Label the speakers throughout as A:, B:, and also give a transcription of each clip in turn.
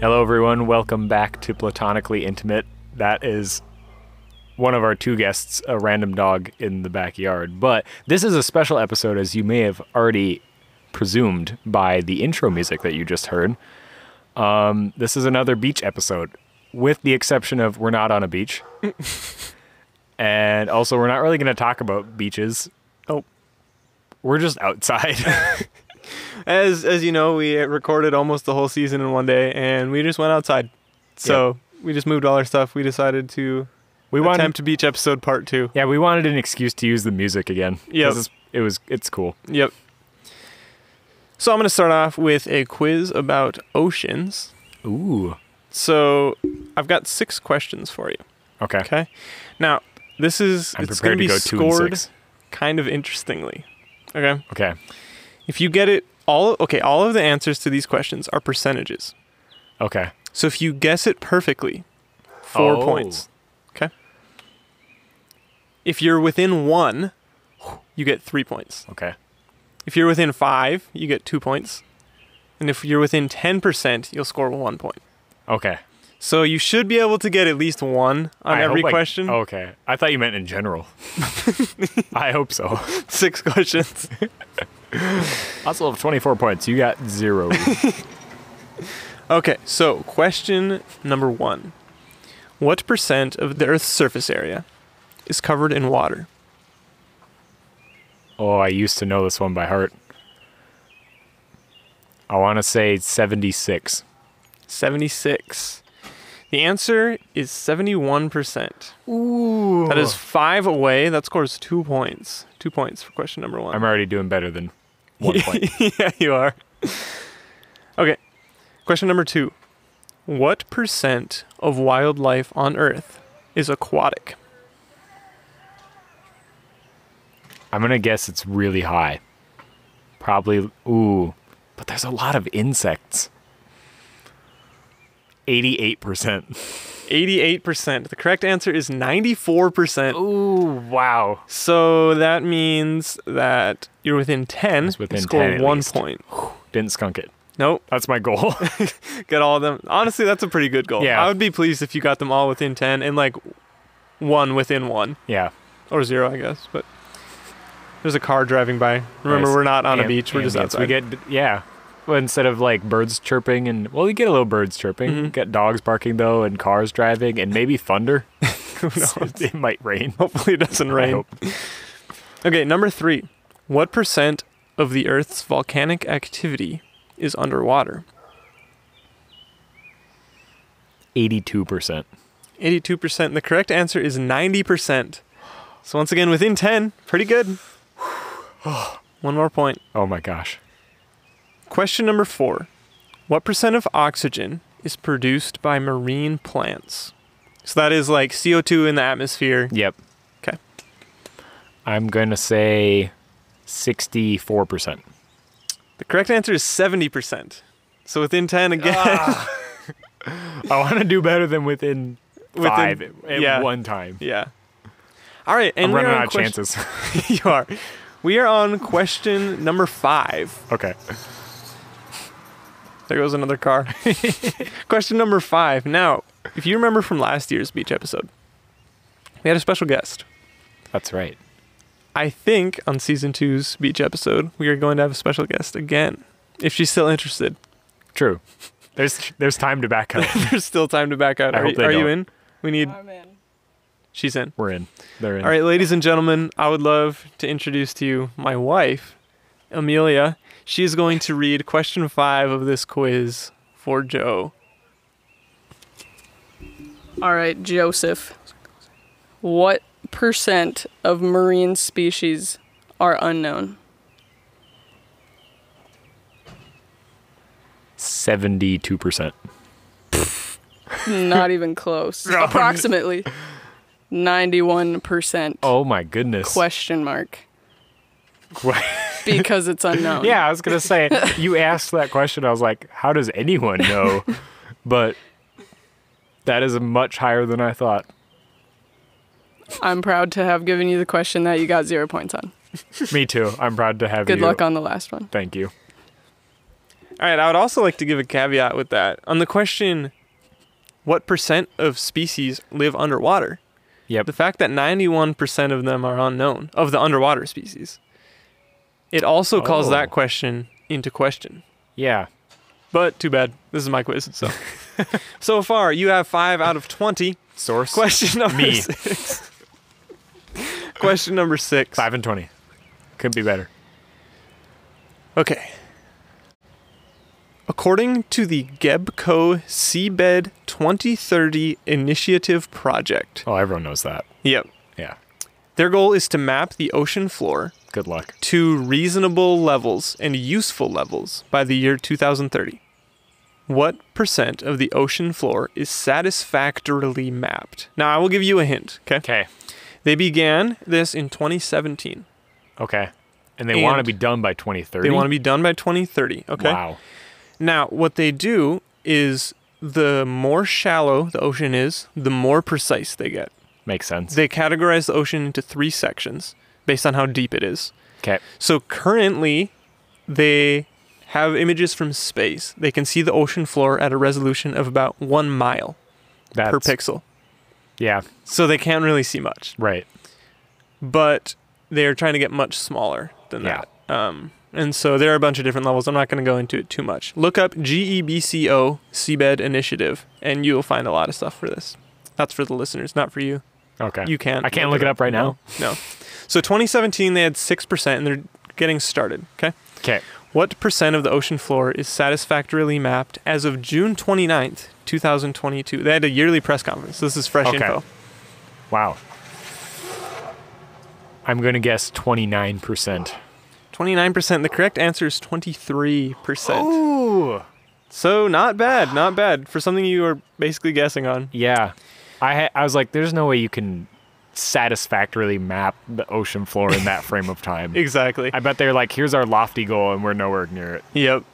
A: Hello, everyone. Welcome back to Platonically Intimate. That is one of our two guests, a random dog in the backyard. But this is a special episode, as you may have already presumed by the intro music that you just heard. Um, this is another beach episode, with the exception of we're not on a beach. and also, we're not really going to talk about beaches.
B: Oh.
A: We're just outside.
B: As as you know, we recorded almost the whole season in one day, and we just went outside. So we just moved all our stuff. We decided to
A: we
B: attempt
A: wanted
B: beach episode part two.
A: Yeah, we wanted an excuse to use the music again. 'Cause
B: Yep.
A: it's- It was it's cool.
B: Yep. So I'm gonna start off with a quiz about oceans.
A: Ooh.
B: So I've got six questions for you.
A: Okay.
B: Okay. Now this is
A: I'm
B: it's gonna
A: prepared
B: be
A: to go two and
B: scored
A: six.
B: kind of interestingly. Okay.
A: Okay.
B: If you get it all, okay, all of the answers to these questions are percentages.
A: Okay.
B: So if you guess it perfectly, four
A: Oh.
B: points. Okay. If you're within one, you get three points.
A: Okay.
B: If you're within five, you get two points. And if you're within 10%, you'll score one point.
A: Okay.
B: So you should be able to get at least one on
A: I Oh.
B: every
A: hope I-
B: question.
A: okay. I thought you meant in general. I hope so.
B: Six questions.
A: Also of 24 points. You got 0.
B: okay, so question number one What percent of the Earth's surface area is covered in water?
A: oh, I used to know this one by heart. I want to say 76.
B: 76. The answer is 71%.
A: Ooh.
B: That is five away. That scores two points. Two points for question number one.
A: I'm already doing better than 1 point.
B: yeah, you are. Okay. Question number two What percent of wildlife on Earth is aquatic?
A: I'm gonna guess it's really high. Probably ooh, but there's a lot of insects. Eighty-eight percent.
B: 88%. The correct answer is 94%.
A: Oh. Ooh, wow.
B: So that means that you're within 10.
A: It's within
B: you score
A: 10 at
B: one
A: least.
B: point.
A: Didn't skunk it.
B: Nope.
A: That's my goal.
B: get all of them. Honestly, that's a pretty good goal.
A: Yeah.
B: I would be pleased if you got them all within 10 and like one within one
A: yeah.
B: or zero, I guess. But there's a car driving by. Remember,
A: Nice.
B: we're not on a
A: Am-
B: beach. We're just
A: ambience.
B: outside.
A: We get yeah. Well, instead of like birds chirping and well, you get a little birds chirping.
B: Mm-hmm.
A: You Get dogs barking though, and cars driving, and maybe thunder.
B: Who knows?
A: it might rain.
B: Hopefully, it doesn't
A: I
B: rain.
A: hope.
B: Okay, number three. What percent of the Earth's volcanic activity is underwater?
A: Eighty-two percent.
B: 82%. The correct answer is 90%. So, once again, within 10, pretty good. One more point.
A: Oh my gosh.
B: Question number four What percent of oxygen is produced by marine plants? So that is like CO2 in the atmosphere.
A: Yep.
B: 'Kay.
A: I'm gonna say sixty-four percent.
B: The correct answer is 70%. So within 10 again.
A: Ah, I want to do better than within,
B: Within-
A: five at, at
B: yeah.
A: one time.
B: yeah. All right. And
A: I'm
B: we are
A: running
B: on
A: out of
B: question-
A: chances.
B: you are. We are on question number five.
A: okay.
B: There goes another car. Question number five. Now, if you remember from last year's beach episode, we had a special guest.
A: That's right.
B: I think on season two's beach episode, we are going to have a special guest again. If she's still interested,
A: True. There's there's time to back up.
B: there's still time to back out.
A: I
B: Are,
A: hope
B: you-
A: they
B: are you
A: don't.
B: in? We need.
C: I'm in.
B: She's in.
A: We're in. They're in.
B: All right, ladies and gentlemen, I would love to introduce to you my wife, Amelia. She is going to read question five of this quiz for Joe.
C: All right, Joseph. What percent of marine species are unknown?
A: Seventy-two percent.
C: Not even close. Approximately 91%.
A: Oh my goodness.
C: Question mark.
A: Que-
C: Because it's unknown.
A: yeah, I was gonna say you asked that question. I was like, how does anyone know? But that is much higher than I thought.
C: I'm proud to have given you the question that you got zero points on.
A: Me too. I'm proud to have
C: Good
A: you.
C: luck on the last one.
A: Thank you.
B: All right, I would also like to give a caveat with that. On the question, what percent of species live underwater?
A: Yep.
B: The fact that 91% of them are unknown, of the underwater species, it also calls
A: Oh.
B: that question into question.
A: Yeah.
B: But too bad. This is my quiz. So, so far, you have five out of 20.
A: Source
B: Question number
A: Me.
B: six. question number six.
A: five and twenty. Could be better.
B: Okay. According to the Gebco Seabed 2030 Initiative Project,
A: Oh, everyone knows that.
B: yep,
A: Yeah.
B: their goal is to map the ocean floor
A: Good luck.
B: to reasonable levels and useful levels by the year 2030. What percent of the ocean floor is satisfactorily mapped? Now, I will give you a hint, okay?
A: Okay.
B: They began this in 2017.
A: Okay. And they
B: And-
A: want to be done by 2030.
B: They want to be done by 2030, okay?
A: Wow.
B: Now, what they do is the more shallow the ocean is, the more precise they get.
A: Makes sense.
B: They categorize the ocean into three sections based on how deep it is.
A: Okay.
B: So currently, they have images from space. They can see the ocean floor at a resolution of about one mile
A: That's,
B: per pixel.
A: Yeah.
B: So they can't really see much,
A: Right.
B: but they're trying to get much smaller than
A: Yeah.
B: that. Um, and so there are a bunch of different levels. I'm not going to go into it too much. Look up E GEBCO Seabed Initiative, and you'll find a lot of stuff for this. That's for the listeners, not for you.
A: Okay.
B: You can't.
A: I can't look it up right now.
B: No. no. So 2017, they had 6%, and they're getting started. Okay.
A: Okay.
B: What percent of the ocean floor is satisfactorily mapped as of June 29th, 2022? They had a yearly press conference. This is fresh
A: Okay.
B: info.
A: Wow. I'm going to guess 29%.
B: 29%. The correct answer is
A: Oh,
B: 23%.
A: Ooh.
B: So not bad, not bad for something you were basically guessing on.
A: Yeah. I ha- I was like there's no way you can satisfactorily map the ocean floor in that frame of time.
B: Exactly.
A: I bet they're like here's our lofty goal and we're nowhere near it.
B: Yep.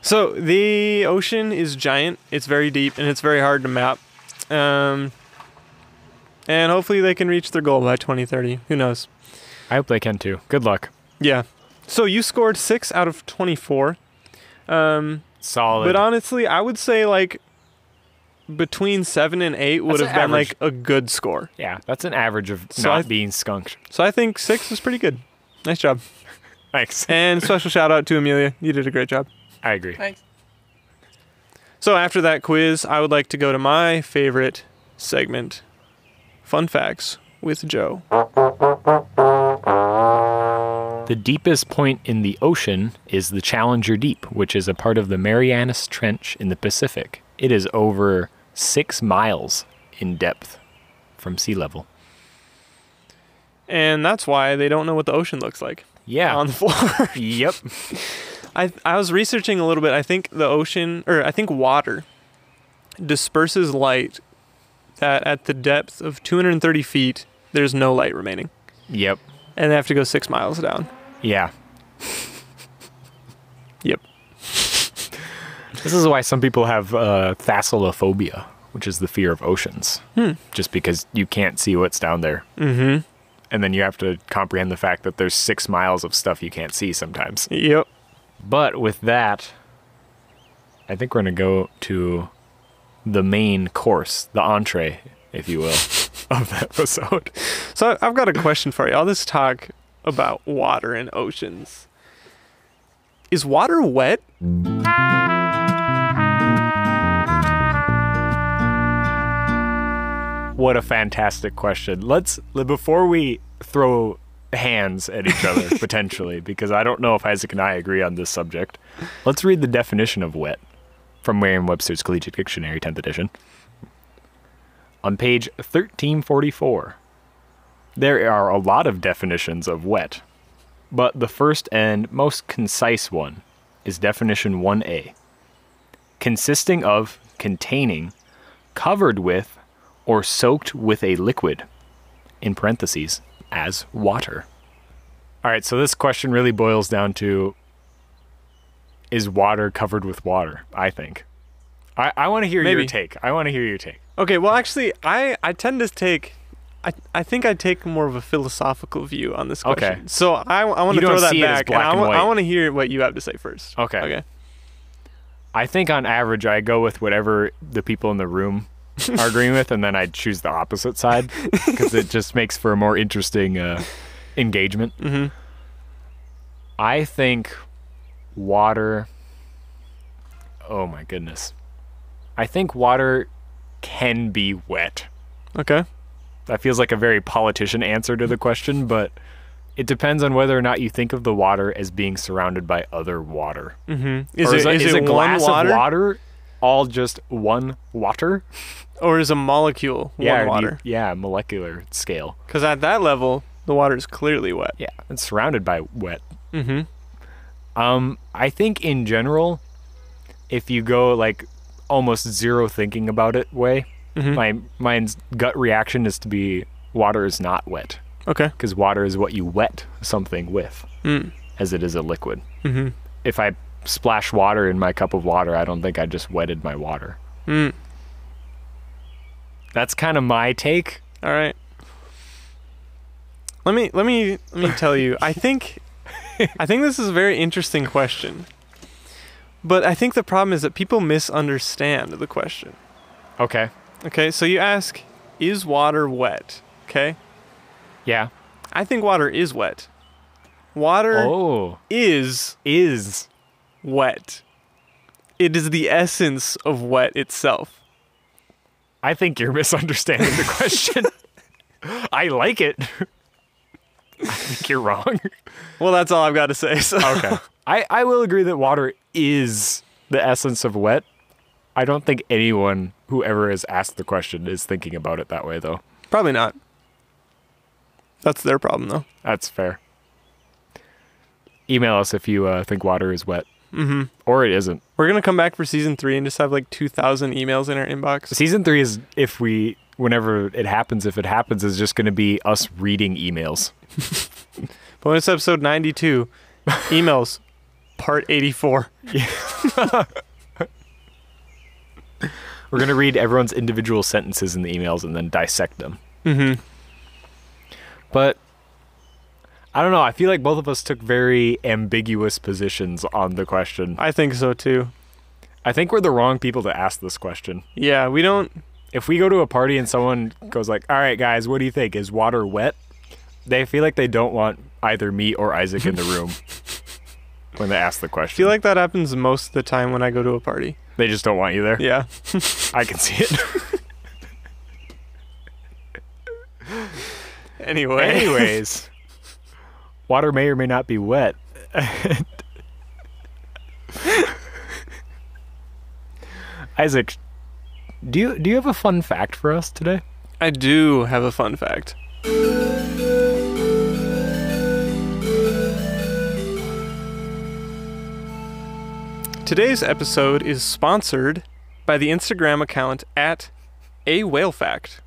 B: So the ocean is giant. It's very deep and it's very hard to map. Um, and hopefully they can reach their goal by 2030. Who knows?
A: I hope they can too. Good luck.
B: Yeah. So you scored six out of 24. Um,
A: Solid.
B: but honestly, I would say like between seven and eight would
A: That's
B: have been
A: an average.
B: like a good score.
A: yeah, that's an average of
B: So
A: not
B: I-
A: being skunked.
B: So I think six was pretty good. Nice job.
A: Thanks.
B: And special shout out to Amelia. You did a great job.
A: I agree.
C: Thanks.
B: So after that quiz, I would like to go to my favorite segment, Fun Facts with Joe.
A: The deepest point in the ocean is the Challenger Deep, which is a part of the Marianas Trench in the Pacific. It is over six miles in depth from sea level.
B: And that's why they don't know what the ocean looks like
A: Yeah.
B: on the floor.
A: yep.
B: I I was researching a little bit. I think the ocean or I think water disperses light that at the depth of 230 feet, there's no light remaining.
A: Yep.
B: And they have to go 6 miles down.
A: Yeah.
B: Yep.
A: This is why some people have uh, thassalophobia, which is the fear of oceans,
B: Hmm.
A: just because you can't see what's down there.
B: Mhm.
A: And then you have to comprehend the fact that there's six miles of stuff you can't see sometimes.
B: Yep.
A: But with that, I think we're going to go to the main course, the entree, if you will, of the episode.
B: So I- I've got a question for you. All this talk about water and oceans. Is water wet?
A: What a fantastic question. Let's, le- before we throw hands at each other, potentially, because I don't know if Isaac and I agree on this subject, let's read the definition of wet from Merriam Webster's Collegiate Dictionary, 10th edition. On page 1344, there are a lot of definitions of wet, but the first and most concise one is definition 1a consisting of, containing, covered with, or soaked with a liquid, in parentheses, as water. All right, so this question really boils down to is water covered with water? I think. I, I want to hear your
B: Maybe.
A: take. I want to hear your take.
B: Okay, well actually I I tend to take I, I think I take more of a philosophical view on this
A: Okay.
B: question. So I, I want
A: You
B: to
A: don't
B: throw that
A: see it as
B: back
A: black
B: I,
A: and
B: wa- I
A: white.
B: want to hear what you have to say first.
A: Okay.
B: Okay.
A: I think on average I go with whatever the people in the room are agreeing with, and then I choose the opposite side because it just makes for a more interesting uh, engagement.
B: Mm-hmm.
A: I think water. Oh my goodness. I think water can be wet.
B: Okay.
A: That feels like a very politician answer to the question, but it depends on whether or not you think of the water as being surrounded by other water.
B: Mm-hmm. Is
A: Or
B: it
A: a-
B: is
A: is
B: it
A: a
B: one
A: glass
B: water,
A: of water all just one water?
B: or is a molecule
A: yeah, or
B: one
A: do you-
B: water?
A: yeah, molecular scale.
B: Because at that level, the water is clearly wet.
A: Yeah, it's surrounded by wet.
B: Mm-hmm.
A: Um, I think in general, if you go like almost zero thinking about it way,
B: Mhm.
A: my mine's gut reaction is to be water is not wet
B: Okay.
A: because water is what you wet something with,
B: Mm.
A: as it is a liquid.
B: Mm-hmm.
A: If I splash water in my cup of water, I don't think I just wetted my water.
B: Mm.
A: That's kind of my take.
B: All right. Let me let me let me tell you. I think I think this is a very interesting question. But I think the problem is that people misunderstand the question.
A: Okay.
B: Okay? So you ask, is water wet? Okay?
A: Yeah.
B: I think water is wet. Water
A: Oh,
B: is
A: is
B: wet. It is the essence of wet itself.
A: I think you're misunderstanding the question. I like it. I think you're wrong.
B: Well, that's all I've got to say. So.
A: Okay. I, I will agree that water is the essence of wet. I don't think anyone who ever has asked the question is thinking about it that way, though.
B: Probably not. That's their problem, though.
A: That's fair. Email us if you uh, think water is wet
B: Mm-hmm.
A: or it isn't.
B: We're gonna come back for season three and just have like two thousand emails in our inbox.
A: Season three is if we, whenever it happens, if it happens, is just going to be us reading emails.
B: Bonus episode ninety-two, emails, part eighty-four.
A: We're going to read everyone's individual sentences in the emails and then dissect them.
B: Mm-hmm.
A: But I don't know. I feel like both of us took very ambiguous positions on the question.
B: I think so too.
A: I think we're the wrong people to ask this question.
B: Yeah, we don't.
A: If we go to a party and someone goes like, "All right, guys, what do you think? Is water wet?" They feel like they don't want either me or Isaac in the room when they ask the
B: I
A: question.
B: feel like that happens most of the time when I go to a party.
A: they just don't want you there.
B: Yeah.
A: I can see it.
B: Anyway.
A: Anyways, water may or may not be wet. Isaac, do you do you have a fun fact for us today?
B: I do have a fun fact. Today's episode is sponsored by the Instagram account at a whale fact.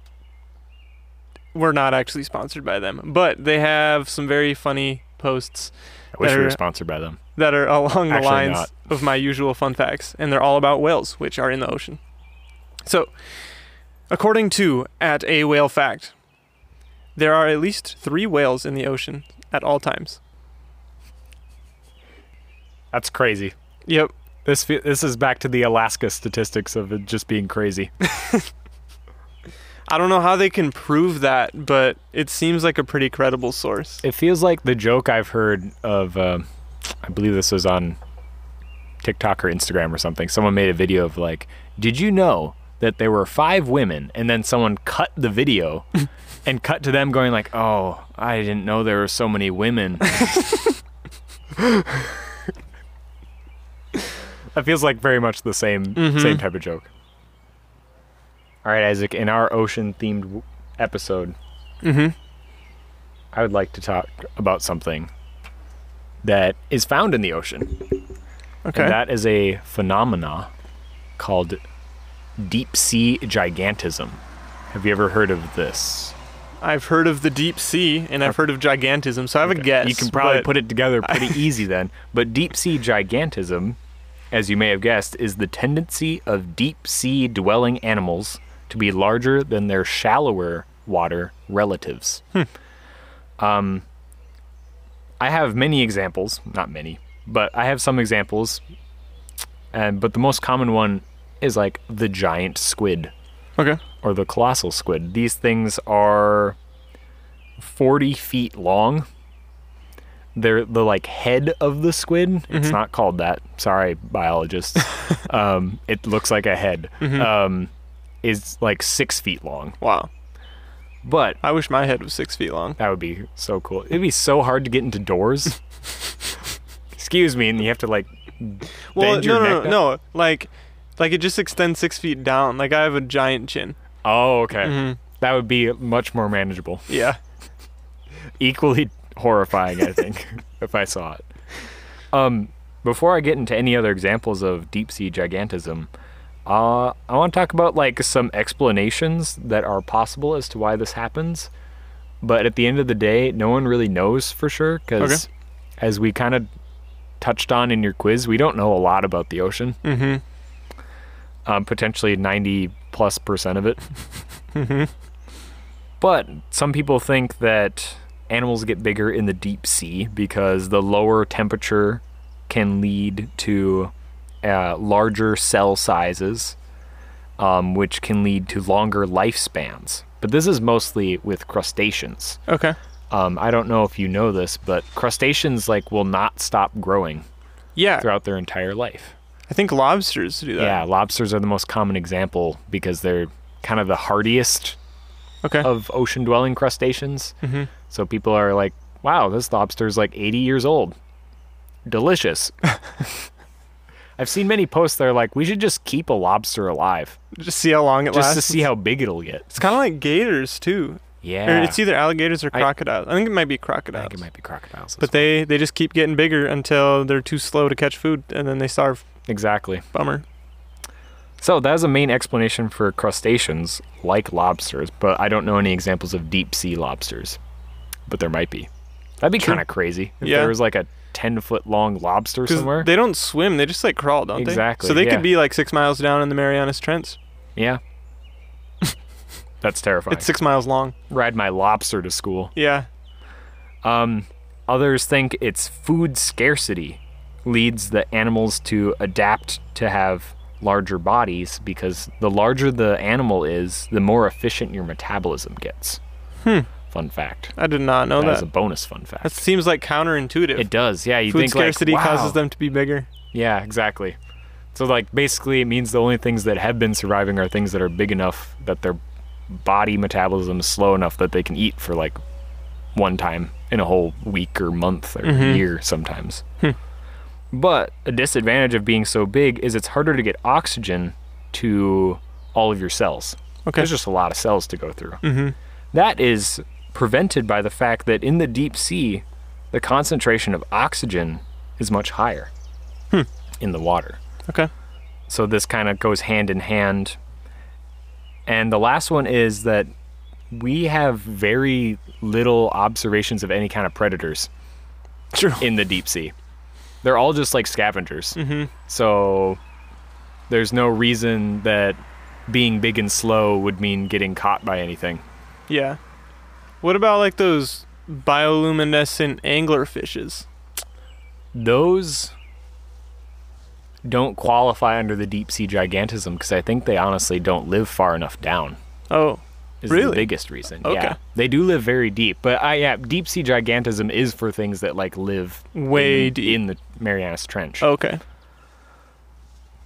B: We're not actually sponsored by them, but they have some very funny posts
A: I wish we
B: There-
A: were sponsored by them.
B: that are along the
A: Actually
B: lines
A: not.
B: of my usual fun facts, and they're all about whales, which are in the ocean. So, according to at a whale fact, there are at least three whales in the ocean at all times.
A: That's crazy.
B: Yep.
A: This fe- this is back to the Alaska statistics of it just being crazy.
B: I don't know how they can prove that, but it seems like a pretty credible source.
A: It feels like the joke I've heard of. um I believe this was on TikTok or Instagram or something. Someone made a video of like, "Did you know that there were five women?" And then someone cut the video and cut to them going like, "Oh, I didn't know there were so many women." that feels like very much the same
B: Mhm.
A: same type of joke. All right, Isaac. In our ocean themed episode,
B: Mm-hmm.
A: I would like to talk about something that is found in the ocean.
B: Okay.
A: And that is a phenomena called deep sea gigantism. Have you ever heard of this?
B: I've heard of the deep sea, and I've heard of gigantism, so I have a guess.
A: You can probably
B: but-
A: put it together pretty easy then. But deep sea gigantism, as you may have guessed, is the tendency of deep sea dwelling animals to be larger than their shallower water relatives.
B: Hmm.
A: Um, I have many examples, not many, but I have some examples. And but the most common one is like the giant squid
B: Okay.
A: or the colossal squid. These things are 40 feet long. They're the like head of the squid.
B: Mm-hmm.
A: It's not called that. Sorry, biologists. um, it looks like a head.
B: Mm-hmm.
A: Um, is like six feet long,
B: Wow.
A: but
B: I wish my head was six feet long.
A: that would be so cool. It'd be so hard to get into doors. Excuse me, and you have to like
B: Well,
A: bend your
B: no, no,
A: neck
B: no,
A: down?
B: no. Like, like it just extends six feet down. Like I have a giant chin.
A: Oh, okay.
B: Mhm.
A: That would be much more manageable.
B: Yeah.
A: Equally horrifying, I think, if I saw it. Um, before I get into any other examples of deep sea gigantism, uh, I want to talk about like some explanations that are possible as to why this happens. But at the end of the day, no one really knows for sure because, as we kind of touched on in your quiz, we don't know a lot about the ocean.
B: Mm-hmm.
A: um, potentially 90 plus percent of it. But some people think that animals get bigger in the deep sea because the lower temperature can lead to uh, larger cell sizes, um, which can lead to longer lifespans. But this is mostly with crustaceans.
B: Okay.
A: Um, I don't know if you know this, but crustaceans like will not stop growing
B: Yeah.
A: throughout their entire life.
B: I think lobsters do that.
A: Yeah, lobsters are the most common example because they're kind of the hardiest
B: Okay.
A: of ocean dwelling crustaceans.
B: Mhm.
A: So people are like, wow, this lobster is like 80 years old. Delicious. I've seen many posts that are like, we should just keep a lobster alive
B: just see how long it
A: just
B: lasts.
A: to see how big it'll get.
B: It's kind of like gators too. Or
A: Yeah.
B: it's either alligators or
A: I-
B: crocodiles. I, think it might be
A: I
B: crocodiles.
A: think it might be crocodiles.
B: But they they just keep getting bigger until they're too slow to catch food and then they starve.
A: exactly.
B: Bummer.
A: So that is a main explanation for crustaceans like lobsters, but I don't know any examples of deep sea lobsters. But there might be. That'd be
B: True.
A: kind of crazy if
B: Yeah.
A: there was like a ten foot long lobster somewhere.
B: Because they don't swim, they just like crawl, don't
A: Exactly,
B: they? So they
A: yeah.
B: could be like six miles down in the Marianas Trench.
A: yeah. That's terrifying.
B: It's six miles long.
A: Ride my lobster to school.
B: Yeah.
A: Um, others think it's food scarcity leads the animals to adapt to have larger bodies because the larger the animal is, the more efficient your metabolism gets.
B: Hmm.
A: Fun fact.
B: I did not know
A: That is
B: Oh, that.
A: a bonus fun fact.
B: that seems like counterintuitive.
A: it does. Yeah, you
B: Food
A: think
B: scarcity
A: like, wow.
B: causes them to be bigger.
A: Yeah, exactly. So like basically, it means the only things that have been surviving are things that are big enough that their body metabolism is slow enough that they can eat for like one time in a whole week or month or
B: Mm-hmm.
A: year sometimes.
B: Hmm.
A: But a disadvantage of being so big is it's harder to get oxygen to all of your cells.
B: Okay. Mm-hmm.
A: There's just a lot of cells to go through. That is prevented by the fact that in the deep sea, the concentration of oxygen is much higher in the water.
B: Hmm. Okay.
A: So this kind of goes hand in hand. And the last one is that we have very little observations of any kind of predators
B: True.
A: in the deep sea. They're all just like scavengers.
B: Mm-hmm.
A: So there's no reason that being big and slow would mean getting caught by anything.
B: Yeah. What about like those bioluminescent angler fishes?
A: Those don't qualify under the deep sea gigantism because I think they honestly don't live far enough down.
B: Oh,
A: is the
B: Really?
A: biggest reason.
B: Okay.
A: Yeah. They do live very deep, but I yeah, deep sea gigantism is for things that like live
B: Way
A: in,
B: deep. Oh,
A: in the Marianas Trench.
B: okay.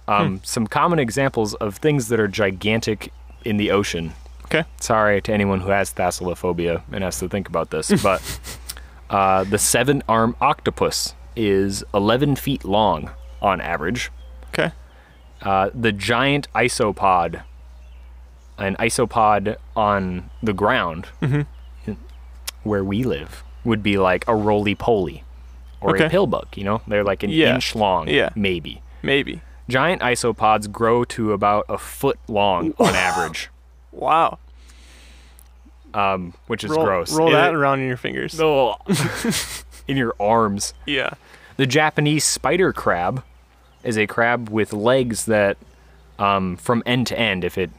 B: hmm.
A: Um, some common examples of things that are gigantic in the ocean.
B: Okay.
A: Sorry to anyone who has thalassophobia and has to think about this, but uh, the seven arm octopus is 11 feet long on average.
B: Okay.
A: Uh, the giant isopod, an isopod on the ground
B: Mm-hmm.
A: where we live, would be like a roly poly or
B: Okay.
A: a pill bug, you know? They're like an
B: Yeah.
A: inch long,
B: Yeah.
A: maybe.
B: Maybe.
A: Giant isopods grow to about a foot long on average,
B: Wow.
A: um, which is
B: roll
A: gross.
B: roll
A: It-
B: that around in your fingers.
A: No. in your arms.
B: Yeah.
A: The Japanese spider crab is a crab with legs that, um, from end to end, if it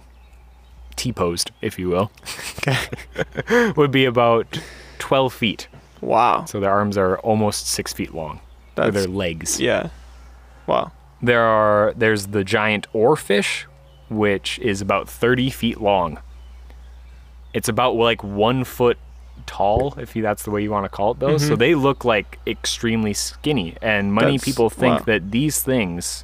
A: T posed, if you will, would be about 12 feet.
B: Wow.
A: So their arms are almost six feet long. or
B: That's
A: their legs.
B: yeah. Wow.
A: There are there's the giant oarfish, which is about 30 feet long. It's about like one foot tall, if you, that's the way you want to call it, though. So they look like extremely skinny, and many
B: Mm-hmm. That's-
A: people think
B: wow.
A: that these things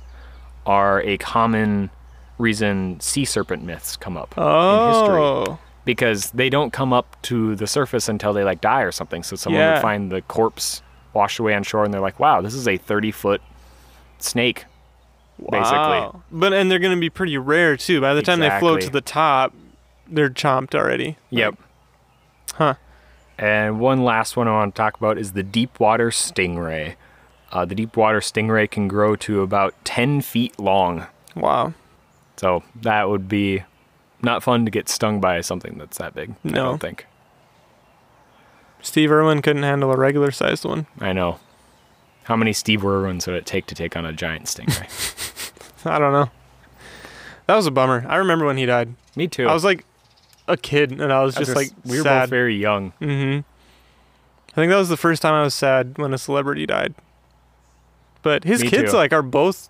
A: are a common reason sea serpent myths come up in history
B: Oh,
A: because they don't come up to the surface until they like die or something. So someone
B: Yeah.
A: would find the corpse washed away on shore, and they're like, "Wow, this is a thirty foot snake." Basically,
B: Wow. But and they're gonna be pretty rare too. By the time they float to
A: Exactly.
B: the top, they're chomped already.
A: yep.
B: Huh.
A: And one last one I want to talk about is the deep water stingray. Uh, the deep water stingray can grow to about ten feet long,
B: Wow.
A: so that would be not fun to get stung by something that's that big. I
B: No.
A: don't think.
B: Steve Irwin couldn't handle a regular sized one.
A: I know. How many Steve Irwins would it take to take on a giant stingray?
B: I don't know. That was a bummer. I remember when he died.
A: Me too.
B: I was like a kid, and I was
A: I was
B: just
A: gonna
B: like
A: s- we were both
B: sad.
A: very young.
B: mm-hmm. I think that was the first time I was sad when a celebrity died. But his
A: Me
B: kids
A: too.
B: like are both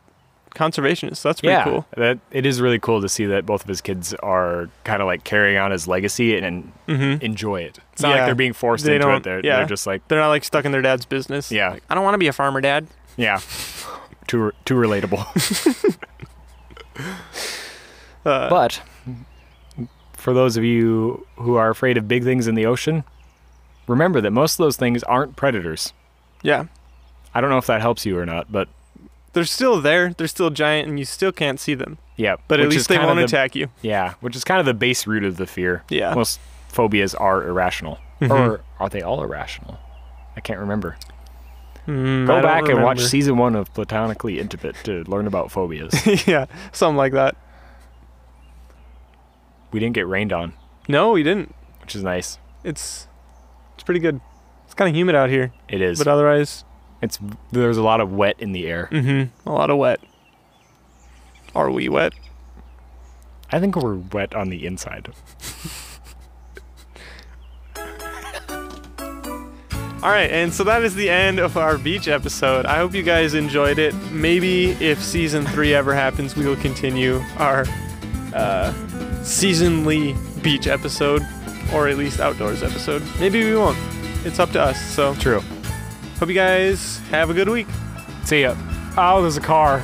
B: conservationists. That's pretty
A: yeah,
B: cool.
A: that it is really cool to see that both of his kids are kind of like carrying on his legacy and, and
B: Mm-hmm.
A: enjoy it. It's not
B: Yeah.
A: like they're being forced
B: They
A: into
B: don't-
A: it. They're,
B: yeah.
A: they're just like,
B: They're not like stuck in their dad's business.
A: yeah,
B: I don't want to be a farmer, Dad.
A: yeah, too re- too relatable.
B: Uh,
A: but for those of you who are afraid of big things in the ocean, remember that most of those things aren't predators.
B: yeah,
A: I don't know if that helps you or not, but
B: they're still there. They're still giant, and you still can't see them.
A: yeah.
B: But at
A: which is
B: least they
A: kind of
B: won't
A: the-
B: attack you.
A: Yeah, which is kind of the base root of the fear.
B: Yeah. Mm-hmm.
A: Most phobias are irrational. Or are they all irrational? I can't remember.
B: Mm, I
A: Go
B: don't
A: back and watch
B: remember.
A: season one of Platonically Intimate to learn about phobias.
B: yeah, something like that.
A: we didn't get rained on,
B: No, we didn't.
A: which is nice.
B: It's it's pretty good. It's kind of humid out here,
A: It is.
B: but otherwise,
A: it's there's a lot of wet in the air.
B: mm-hmm, a lot of wet. Are we wet?
A: I think we're wet on the inside.
B: All right, and so that is the end of our beach episode. I hope you guys enjoyed it. Maybe if season three ever happens, we will continue our uh, seasonally beach episode, or at least outdoors episode. Maybe we won't. It's up to us. So
A: True.
B: hope you guys have a good week.
A: See ya. Oh, there's a car.